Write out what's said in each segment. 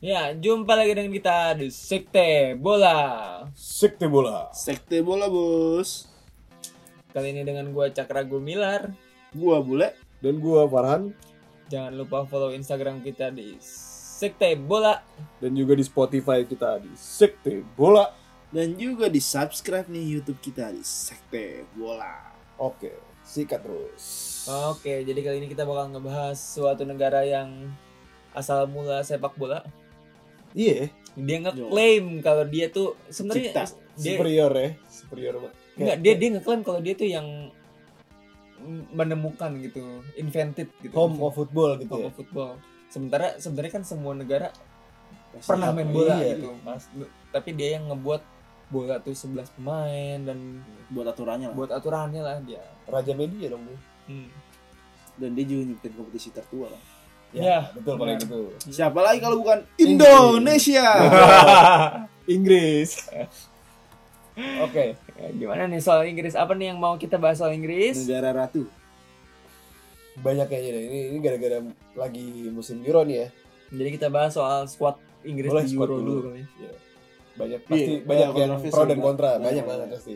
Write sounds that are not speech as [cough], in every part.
Ya, jumpa lagi dengan kita di Sekte Bola. Sekte bola. Sekte bola bos Kali ini dengan gua Cakra Gumilar. Gua bule Dan gua Farhan Jangan lupa follow Instagram kita di Sekte Bola. dan juga di Spotify kita di Sekte Bola. Dan juga di subscribe nih Youtube kita di Sekte bola Oke, sikat terus. Oke, jadi kali ini kita bakal ngebahas suatu negara yang asal mula sepak bola. Iya, Dia ngeklaim kalau dia tuh sebenarnya Cipta. dia superior ya, superior banget. enggak dia dia ngeklaim kalau dia tuh yang menemukan gitu, invented gitu. home of football gitu Home ya. of football. Sementara sebenarnya kan semua negara Pasti pernah apa- main bola iya. gitu mas tapi dia yang ngebuat bola tuh 11 pemain dan Buat aturannya lah buat aturannya lah dia Raja media dong dia. Hmm. Dan dia juga nyiptain kompetisi tertua lah Ya, betul benar. gitu. paling itu. Hmm. Siapa lagi kalau bukan Indonesia Inggris. oke Ya, gimana nih soal Inggris apa nih yang mau kita bahas soal Inggris Negara Ratu Banyak kayaknya deh. Ini, ini gara-gara lagi musim Euro nih ya. jadi kita bahas soal squad Inggris Boleh, di squad Euro dulu. dulu kali ya. Banyak pasti Iya, banyak iya, yang kontroversi pro dan banget. kontra, Banyak banyak banget banget. pasti.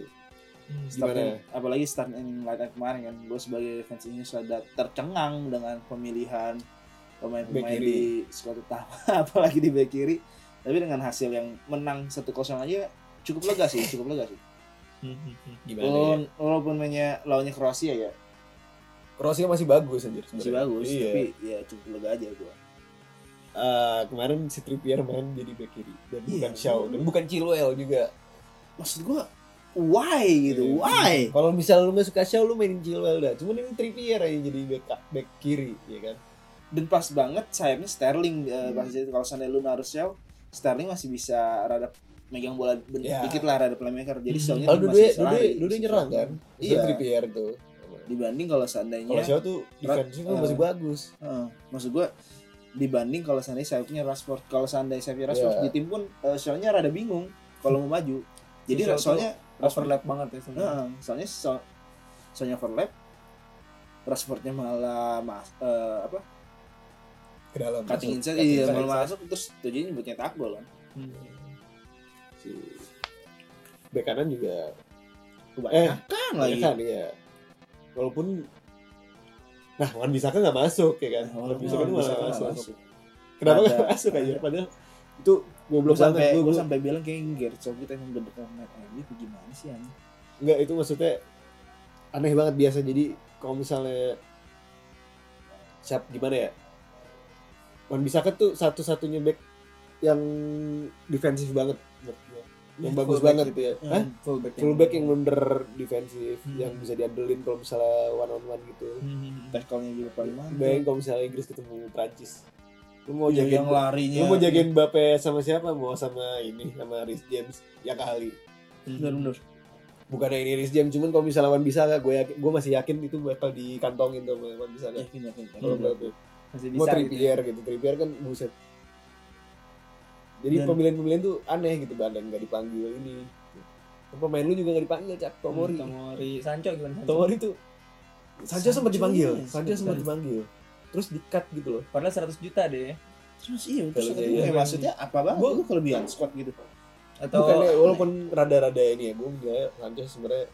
Hmm. Gimana? Gimana? apalagi start in line up kemarin kan gue sebagai fans Inggris ada tercengang dengan pemilihan Back pemain-pemain kiri. di squad utama [laughs] apalagi di bek kiri tapi dengan hasil yang menang 1-0 aja cukup lega sih cukup lega sih Hmm, hmm, hmm. gimana ya? walaupun walaupun mainnya lawannya Kroasia ya Kroasia masih bagus anjir. masih sebenarnya. bagus Iya. tapi ya cukup lega aja gue Eh, kemarin si Trippier main jadi bek kiri dan Iya. bukan Shaw dan bukan Chilwell juga. maksud gue why gitu Iya. why Kalau misal lu nggak suka Shaw lu mainin Chilwell dah. Cuman ini Trippier aja jadi bek bek kiri, ya kan? dan pas banget sayapnya Sterling eh, pas itu kalau seandainya lu naruh Shaw Sterling masih bisa rada megang bola ben- Ya. dikit lah rada playmaker jadi Hmm. Shaw-nya Kalau tuh dulu masih bisa dulu lari. dulu nyerang kan? Iya. Iya. Trippier tuh. dibanding kalau Kalau seandainya Shaw tuh defense tuh eh, masih bagus. Heeh, maksud gua dibanding kalau seandainya sayapnya Rashford kalau seandainya sayapnya Iya. Rashford di tim pun eh, Shaw-nya rada bingung kalau mau maju jadi Shaw tuh soalnya overlap banget ya sebenarnya Heeh, soalnya so, soalnya overlap Rashfordnya malah mas, eh, apa Ke dalam. cutting masuk. inside Cutting iya inside. malah masuk terus tujuannya buat nyetak gol kan Hmm. Si bek kanan juga eh kebanyakan kan lagi kebanyakan iya. Walaupun Nah, Wan Bisaka nggak masuk ya kan? Wan Walaupun Bisaka tuh malah Wan Bissaka masuk. nggak masuk. Kenapa Ada- nggak masuk aja? ada. Padahal itu gue goblok sampai banget. Gua- gue gua- sampai bilang kayak Gerso kita emang bener banget ini tuh gimana sih yang Enggak itu maksudnya aneh banget biasa jadi kalau misalnya siap gimana ya Wan Bisaka tuh satu-satunya back yang defensif banget menurut gua. yang Iya, Hmm, bagus fullback banget gitu ya Hah? fullback fullback yang bener defensif Hmm. yang bisa diandelin kalau misalnya one on one gitu Hmm, hmm, hmm. tackle-nya juga paling bayangin mantap kalau misalnya Inggris ketemu Prancis lu mau Iya, Oh, jagain ya? yang larinya lu mau jagain Mbappe sama siapa mau sama ini sama Rhys James yang kali Hmm. bener bener bukan yang Iris Jam cuman kalau misalnya Wan bisa nggak gue yakin gue masih yakin itu bakal dikantongin tuh sama Wan bisa nggak yakin yakin yakin. kalau Hmm. menurut gue. masih mau bisa gitu ya. Trippier gitu Trippier kan buset jadi Dan- pemilihan-pemilihan tuh aneh gitu badan nggak dipanggil ini pemain lu juga nggak dipanggil cak Tomori Hmm, Tomori Sancho gimana Sancho? Tomori tuh Sancho sempat Sancho, dipanggil iya, Sancho sempat Sancho. dipanggil terus di cut gitu loh padahal 100 juta deh terus iya terus Kalau kata dia- gue, maksudnya apa banget Gua- lu kelebihan squad gitu atau bukannya walaupun rada-rada ini ya gue nggak Sancho sebenarnya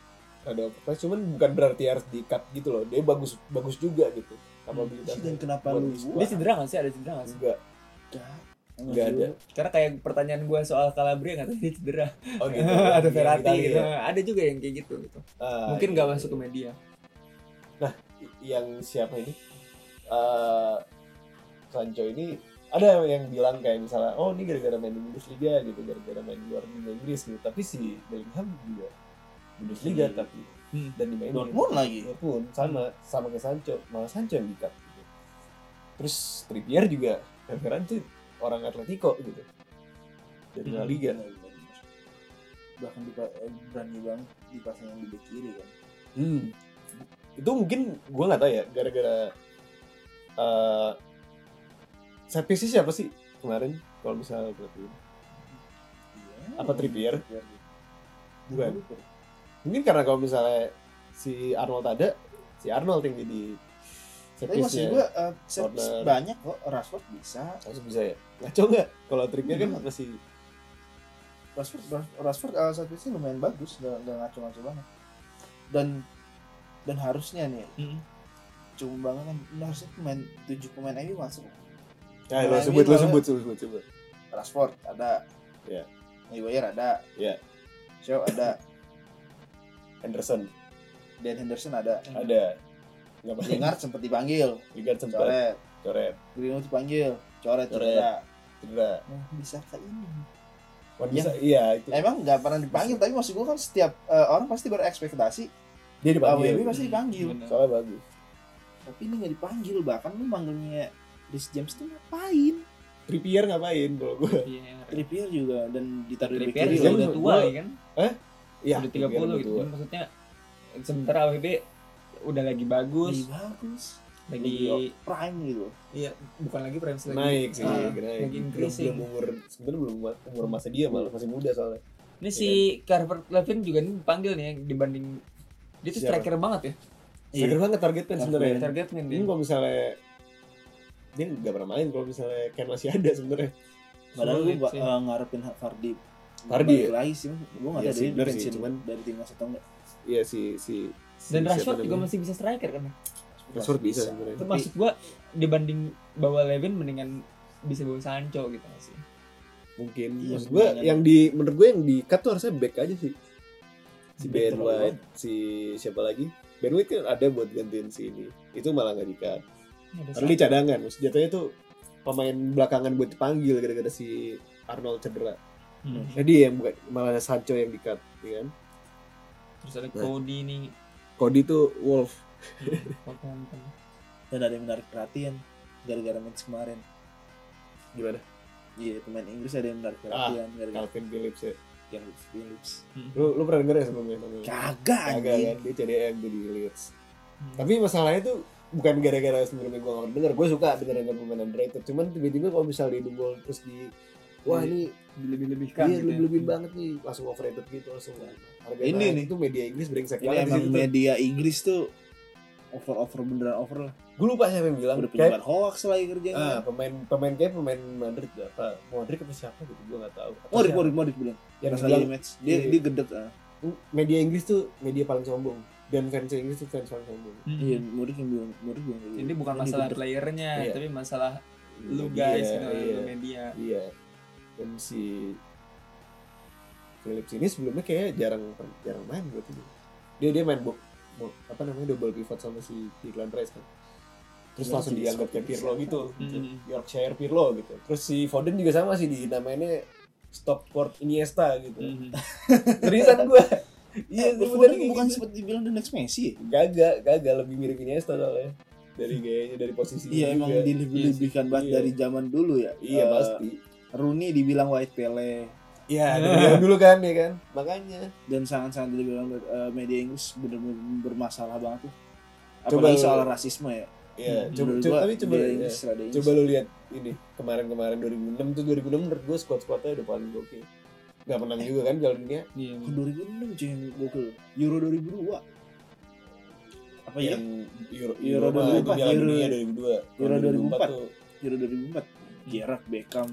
rada overpass cuman bukan berarti harus di cut gitu loh dia bagus bagus juga gitu Hmm. kapabilitasnya dan kenapa lu dia cedera nggak sih ada cedera nggak sih juga Nggak Enggak ada. Karena kayak pertanyaan gue soal Calabria katanya dia cedera [laughs] Oh gitu. [laughs] Ada Yang Verratti Italia gitu ya. Ada juga yang kayak gitu gitu Ah, Mungkin iya, nggak iya. masuk ke [laughs] media Yang siapa ini? Eh, Sancho ini ada yang bilang kayak misalnya oh ini gara-gara main di Bundesliga gitu gara-gara main di luar negeri Inggris gitu tapi si Bellingham juga Bundesliga Hmm. tapi Hmm. dan dimainin Dortmund lagi Dortmund sama sama kayak Sancho malah Sancho yang dikat gitu. terus Trippier juga gara-gara itu orang Atletico gitu dari Hmm. La Iya. Liga bahkan dipa- eh, berani banget dipasang yang di bek kiri kan Hmm. Itu mungkin gue nggak tahu ya gara-gara eh set piece siapa sih kemarin kalau misalnya berarti iya Apa Trippier? Bukan. Mungkin karena kalau misalnya si Arnold ada, si Arnold yang jadi Tapi maksud servisnya. gue eh, set piece Corner. banyak kok Rashford bisa. Langsung bisa ya? Ngaco nggak? Kalau triknya kan Hmm. masih Rashford Rash- Rashford eh, set piece lumayan bagus, nggak nggak ngaco-ngaco banget. Dan dan harusnya nih cuma banget kan ini harusnya pemain tujuh pemain ini masuk Ya, Nah, lo ini sebut, lo kalau- sebut, sebut, sebut, sebut. Rashford ada Iya. Maguire ada Iya. Shaw ada Anderson Dan Henderson ada ada. Nggak banyak. Lingard sempat dipanggil Lingard sempat coret coret, Greenwood dipanggil coret Coret. cedera cedera. nah, bisa ke ini Wan Ya. bisa, iya itu. emang nggak pernah dipanggil tapi maksud gua kan setiap eh, orang pasti berekspektasi Dia AWB dipanggil. pasti dipanggil Bener. Soalnya bagus. tapi ini nggak dipanggil bahkan lu manggilnya Chris James tuh ngapain Trippier ngapain kalau gue? Iya. Trippier juga dan ditaruh di Trippier back juga Trippier kiri udah gua- tua gua- ya kan? Iya, udah 30 gitu. Jadi Maksudnya sementara AWB udah lagi bagus, Lebih Iya, bagus lagi lebih prime gitu iya bukan lagi prime lagi. Naik sih, Ah, lagi naik. belum, increasing. belum umur, sebenarnya belum umur masa dia malah masih muda soalnya. Ini si Iya. Carver Levin juga nih dipanggil nih ya, dibanding dia tuh Siapa? striker banget ya. Iya. Seger banget targetnya sebenarnya. Target man dia. Ini kalau misalnya dia nggak pernah main kalau misalnya Ken masih ada sebenarnya. Padahal gue Sulit sih. uh, ngarepin Fardi Fardi balik lagi sih, gue nggak Iya ada sih, dari bener sih, pensiun cuman- dari timnas atau enggak. Iya si si. si Dan siapa Rashford juga namanya? masih bisa striker kan. Rashford bisa sebenarnya. Iya, Itu maksud gua dibanding bawa Levin mendingan bisa bawa Sancho gitu nggak sih. mungkin Iya, maksud gue mungkin. yang di menurut gue yang di cut tuh harusnya back aja sih si Back Ben terlalu White si siapa lagi Ben White kan ada buat gantiin si ini itu malah nggak di cut Ya, ada Karena di cadangan maksud jatuhnya tuh pemain belakangan buat dipanggil gara-gara si Arnold cedera Sancho. Hmm. jadi yang bukan malah ada Sancho yang di cut ya kan Terus ada Cody nih Cody tuh Wolf Southampton. Dan ada yang menarik perhatian gara-gara match kemarin. gimana Iya, pemain Inggris ada yang menarik perhatian gara-gara Calvin Phillips ya yang Phillips. lu lu pernah denger ya sebelumnya namanya Kagak Kagak kan anjing. dia CDM jadi Leeds Hmm. Tapi masalahnya tuh bukan gara-gara sebenarnya gue gak pernah denger, gue suka denger denger pemain underrated. Cuman tiba-tiba kalau misalnya di dungol terus di wah Iya, ini Kan Dilebih-lebihkan dia gitu ya. lebih iya, banget nih langsung overrated gitu langsung kan. Harga Ini naik. nih. itu media Inggris brengsek Ini banget emang sih itu. media Inggris tuh over over beneran over lah. Gue lupa siapa yang bilang Udah kayak penyebar hoax lagi kerjanya. ah, pemain pemain kayak pemain Madrid apa Modric apa siapa gitu gue gak tahu. Atau Modric siapa? Modric Modric bilang. yang Pas lagi bilang match dia Iya. dia gedek ah. media Inggris tuh media paling sombong dan fans Inggris tuh fans paling sombong. Hmm. Iya, Modric yang bilang Modric bilang. kayak gitu. Jadi bukan Ini masalah gedek. playernya, Iya. tapi masalah lu Media, guys gitu, iya. lu media. Iya. Dan si Philips ini sebelumnya kayaknya jarang jarang main buat ini. Dia dia main box apa namanya double pivot sama si Declan Rice kan. Terus Iya, langsung si dianggap kayak Scott Pirlo Phillips gitu. Mm-mm. Yorkshire Pirlo gitu. Terus si Foden juga sama sih di namanya Stockport Iniesta gitu. Mhm. Seriusan gua. Iya, Iya, sebenarnya bukan kayak bukan gitu. seperti dibilang the next Messi. ya? Gagal, gagal lebih mirip Iniesta soalnya. Dari gayanya, dari posisinya Iya emang juga. dilebih-lebihkan banget Iya. dari zaman dulu ya. Iya, Eh, pasti. Rooney dibilang White Pele Iya, dari yang dulu kan ya kan. Makanya dan sangat-sangat dibilang eh, media Inggris benar-benar bermasalah banget tuh. Coba Apalagi lu- soal rasisme ya. Iya, Hmm. coba, Menurut coba, gua, tapi coba, media ya, Inggris rada Inggris. coba lu lihat ini kemarin-kemarin 2006 tuh 2006 menurut gue squad-squadnya udah paling gokil. Gak menang juga kan Piala Dunia. Iya. Ke 2006 cuy yang gokil. Euro 2002. Apa ya? Yang Euro, Euro mah, 2004, itu Piala Euro- Dunia 2002. Euro Kalau 2004. tuh. Euro 2004. Gerrard, Beckham.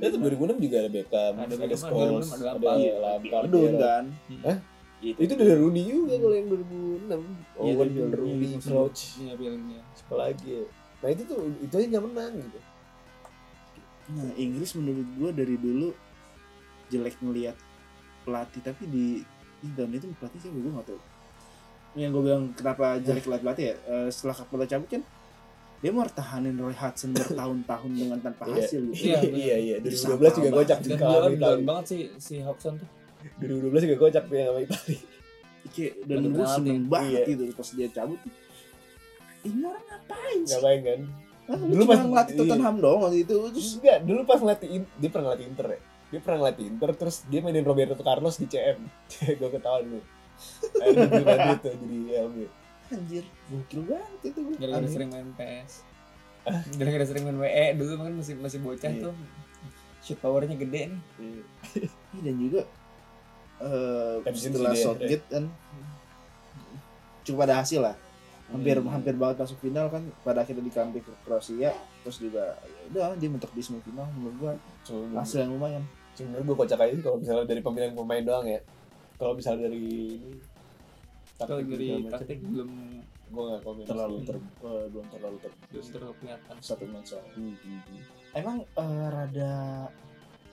Ya tuh 2006 juga ada Beckham, Ada ada, Beckham, 2006 Scholes, ada ada Lampard. Lampard. Don Gerrard. Iya, kan. Hah? Gitu. Itu dari Rooney juga kalau Iya, yang 2006. Iya, Owen, dari Rooney, Rooney, maksud gua. Crouch, Iya, filmnya. siapa lagi ya. Nah itu tuh, itu aja gak menang gitu. Nah, Inggris menurut gua dari dulu jelek ngelihat pelatih tapi di di tahun itu pelatih siapa gue nggak tahu. Yang gue bilang kenapa jelek ngeliat pelatih ya eh, setelah Kapolda cabut kan dia mau tahanin Roy Hudson bertahun-tahun dengan tanpa Iya. hasil gitu. [laughs] Iya, benar. iya, iya. Itu 2012 juga sama kocak tuh Dan kalah duluan sama duluan Itali. banget sih si Hobson tuh. 2012 juga kocak tuh yang sama Itali. Kayak dan Baru gue kenal seneng dia. banget Iya. gitu pas dia cabut. tuh, Ini orang ngapain sih? Ngapain kan? Hah, Dulu lu cuma pas- ngelatih iya. Tottenham doang waktu itu terus Terus enggak, dulu pas ngelatih In- dia pernah ngelatih Inter ya. Dia pernah ngelatih Inter terus dia mainin Roberto Carlos di [laughs] CM. gue ketahuan lu. Akhirnya di Madrid tuh jadi LB. anjir gokil banget itu gue. Gara-gara Aneh. sering main PS. Gara-gara sering main WE dulu kan masih masih bocah Iya. tuh. Shoot powernya gede nih. Ih, dan juga eh, Absence setelah dia, Southgate kan cukup ada hasil lah hampir hampir banget masuk final kan pada akhirnya di comeback ke Kroasia terus juga ya udah dia mentok di semifinal menurut gua Cuma- hasil yang lumayan sebenarnya gue kocak aja sih kalau misalnya dari pemilihan pemain doang ya kalau misalnya dari ini Kalau dari taktik taktik belum gue nggak komen terlalu sih. ter eh, belum terlalu ter belum terlalu kelihatan. satu match soalnya. Hmm, hmm, hmm. emang eh, rada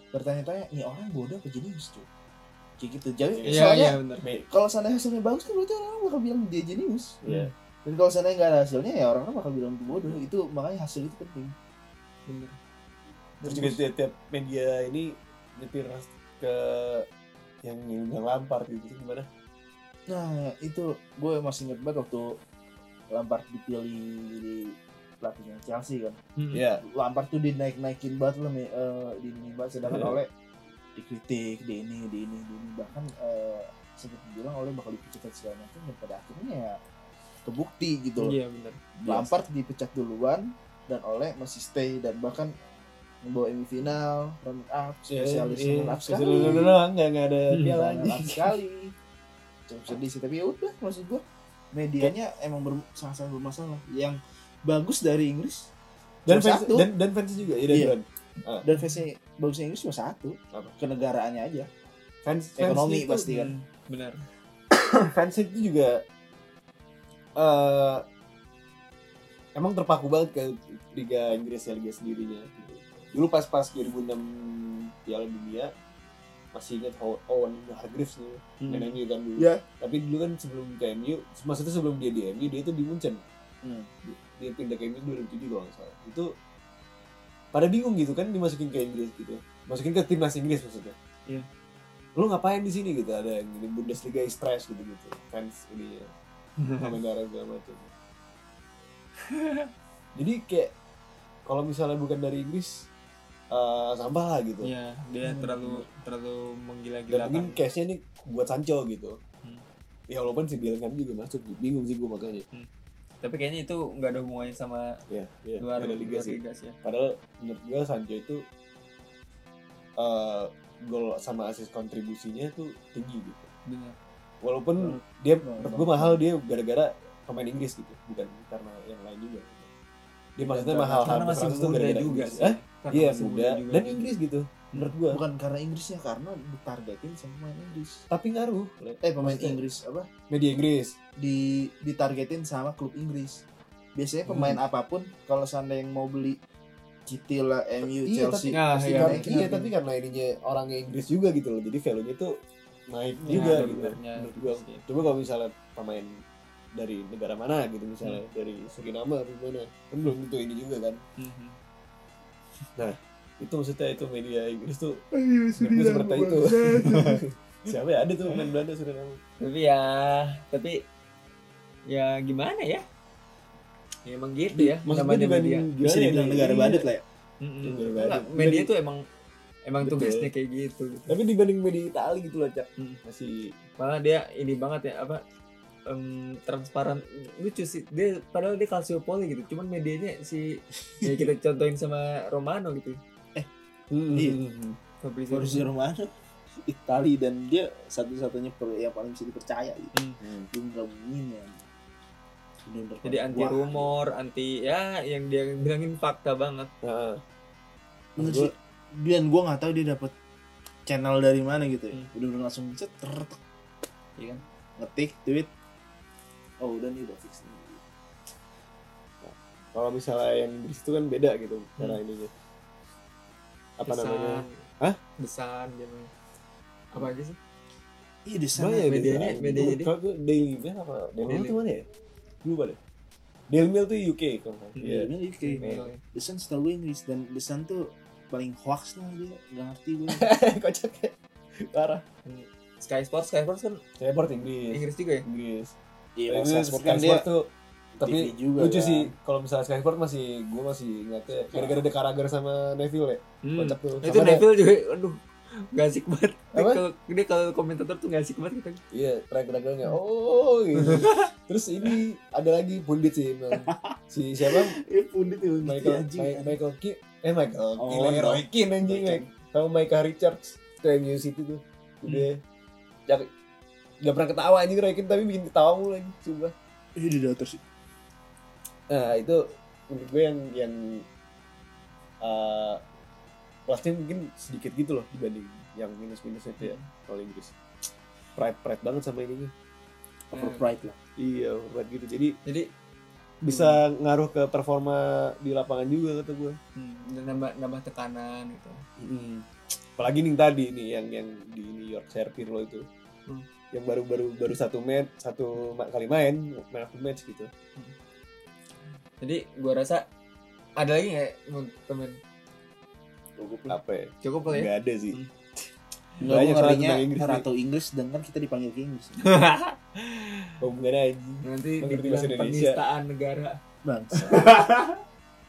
bertanya-tanya nih orang bodoh apa jenius tuh kayak gitu jadi Iya, Iya, soalnya iya benar. Me- kalau seandainya hasilnya bagus kan berarti orang bakal bilang dia jenius Iya. dan kalau seandainya nggak ada hasilnya ya orang bakal bilang itu bodoh itu makanya hasil itu penting Benar. terus juga tiap, tiap media ini nyetir ke yang yang bilang lampar gitu itu gimana Nah itu gue masih inget banget waktu Lampard dipilih jadi pelatihnya Chelsea kan. Iya. Iya. Lampard tuh dinaik-naikin banget loh nih, eh, di ini banget sedangkan Iya. oleh dikritik di ini di ini di ini bahkan eh, sempat bilang oleh bakal dipecat dan segala macam dan pada akhirnya ya kebukti gitu loh. Iya benar. Lampard dipecat duluan dan oleh masih stay dan bahkan membawa semifinal, runner up, spesialis iya, runner up iya. sekali. Spesialis runner up, Iya, nggak nggak ada Hmm. piala Jangan aja lap sekali cukup sedih sih tapi ya udah maksud gua medianya emang ber- sangat-sangat bermasalah yang bagus dari Inggris dan cuma fans satu dan dan fans juga iya dan Iya. dan. dan fansnya bagusnya Inggris cuma satu Apa? kenegaraannya aja fans fans Ekonomi itu- pasti kan. [laughs] Benar. [coughs] fans itu juga eh emang terpaku banget ke Liga Inggris ya Liga sendirinya. gitu. Dulu pas-pas 2006 Piala Dunia masih ingat Ho- Owen Hargreaves nih main MU kan dulu. Iya. Tapi dulu kan sebelum ke MU, maksudnya sebelum dia di MU dia itu di Munchen. Hmm. Dia pindah ke MU 2007 kalau nggak salah. Itu pada bingung gitu kan dimasukin ke Inggris gitu. Masukin ke timnas Inggris maksudnya. Iya. Lu ngapain di sini gitu? Ada yang di Bundesliga is trash gitu gitu. Fans ini ya, [laughs] negara segala macam. [laughs] Jadi kayak kalau misalnya bukan dari Inggris eh sampah lah gitu. Iya, dia Hmm. terlalu terlalu menggila-gilakan. Dan mungkin case-nya nih buat Sancho gitu. Hmm. Ya walaupun si Bellingham juga masuk, bingung sih gue makanya. Tapi kayaknya itu nggak ada hubungannya sama Ya, ya. luar ada liga luar sih. liga sih. ya. Padahal menurut gue Sancho itu eh gol sama asis kontribusinya tuh tinggi gitu. Benar. Walaupun Hmm. dia menurut gue mahal dia gara-gara pemain Inggris gitu, bukan karena yang lain juga. Gitu. Dia maksudnya karena- mahal Iya, Karena masih 100 tuh muda gara-gara juga Inggris. sih. Hah? Karena Iya masih muda juga Hmm. dan gitu. Inggris gitu. Menurut gue. bukan karena Inggrisnya karena ditargetin sama pemain Inggris Tapi ngaruh. eh pemain Maksudnya- Inggris apa Media Inggris. di ditargetin sama klub Inggris biasanya pemain apapun kalau seandainya yang mau beli City lah, MU, Iya, tapi- Chelsea Nah, pasti iya. Karena- naikin iya, harganya. tapi karena ininya orangnya Inggris juga gitu loh. Jadi value-nya tuh naik Iya, juga ada gitu. benernya Menurut gua. sih. Coba kalau misalnya pemain dari negara mana gitu misalnya dari Suriname atau mana kan belum tentu ini juga kan Mhm. itu maksudnya itu media Inggris tuh Ayo, Suriname, seperti itu. bangsat. [laughs] siapa ya ada tuh pemain Belanda Suriname Tapi ya, tapi ya gimana ya? Ya emang gitu ya. maksudnya namanya dibanding media. gimana bisa ya, dibilang dari- negara iya. bandit lah ya Mm-mm. Negara Enggak, bandit. media Dibanding- tuh emang emang Betul. tugasnya kayak gitu. gitu. tapi dibanding media Itali gitu loh cak Hmm. masih Malah dia ini banget ya apa em, transparan lucu sih dia padahal dia kalsiopoli gitu cuman medianya si ya kita contohin sama Romano gitu Iya. Hmm. Fabrizio Borussia Romano Itali dan dia satu-satunya per- yang paling bisa dipercaya gitu Hmm. dia ngelamunin ya Bener-bener jadi paling anti wah. rumor anti ya yang dia bilangin fakta banget Nah, Bener sih. dan gue nggak tahu dia dapat channel dari mana gitu ya Hmm. bener-bener langsung cet ter- tek, Iya. ngetik tweet kan? oh udah nih udah fix nih. kalau misalnya yang Inggris itu kan beda gitu cara ininya apa namanya Hah? desan dia main. apa aja sih iya di sana Banyak ya medianya- biasanya. medianya dia. Kalau tuh Daily Mail apa Daily Mail Daily. tuh mana ya? Lupa deh. Daily Mail tuh UK kalau nggak salah. Hmm. Iya. Iya, bener, Si kayak Mel ya. desain setahu gue Inggris dan desain tuh paling hoax lah dia nggak ngerti gue Kocak ya. Parah. Sky Sports Sky Sports kan Saya port Inggris. Inggris juga ya Inggris. [laughs] iya Inggris, Sky maksudnya kan dia Sport tuh tapi TV juga lucu kan. sih kalau misalnya Sky Sport masih gue masih ingatnya gara-gara The Carragher sama Neville ya. Kocak tuh. Hmm. itu Sama ada- Neville juga aduh gak asik banget dia Apa? kalau dia kalau komentator tuh gak asik banget gitu Iya, terakhir-terakhirnya oh gitu. Terus ini ada lagi pundit sih emang. Si siapa? Iya [laughs] pundit itu Michael anjing. Mi- Michael Keane eh Michael Oh, Keane lagi no. Roy Keane anjing Michael. sama Michael Richards itu yang New City tuh Hmm. dia Gak, gak pernah ketawa anjing Roykin tapi bikin ketawa mulu anjing coba. Ih, di datar Iya, sih. Nah itu menurut gue yang yang eh plusnya mungkin sedikit gitu loh dibanding yang minus-minusnya itu ya kalau Inggris. Pride pride banget sama ininya. Overpriced lah. Iya, pride gitu. Jadi Jadi bisa ngaruh ke performa di lapangan juga kata gue. hmm, dan nambah nambah tekanan gitu. Apalagi nih tadi nih yang yang di New York Serpir lo itu. Hmm. Yang baru-baru baru satu match, satu ma- kali main, main satu match gitu. Jadi gua rasa ada lagi nggak temen- temen Apa ya? cukup kali ya? Nggak ada sih. Enggak, Banyak gue orang ngerinya tentang Inggris nih. Rato Inggris dan kan kita dipanggil ke Inggris. Hmm. Hubungannya anjing. Nanti Mengerti dibilang bahasa Indonesia. penistaan negara. Bang.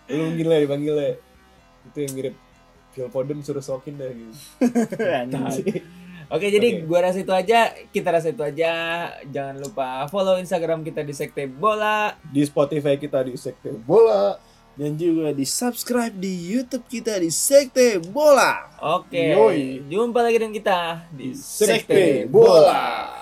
[laughs] Lu mungkin lah dipanggil lah. Itu yang mirip Phil Foden suruh sokin dah gitu. Oke, jadi Oke. gua rasa itu aja, kita rasa itu aja. Jangan lupa follow Instagram kita di Sekte Bola. Di Spotify kita di sekte bola. Dan juga di subscribe di YouTube kita di Sekte Bola. Oke. Yoi. Jumpa lagi dengan kita di Sekte bola.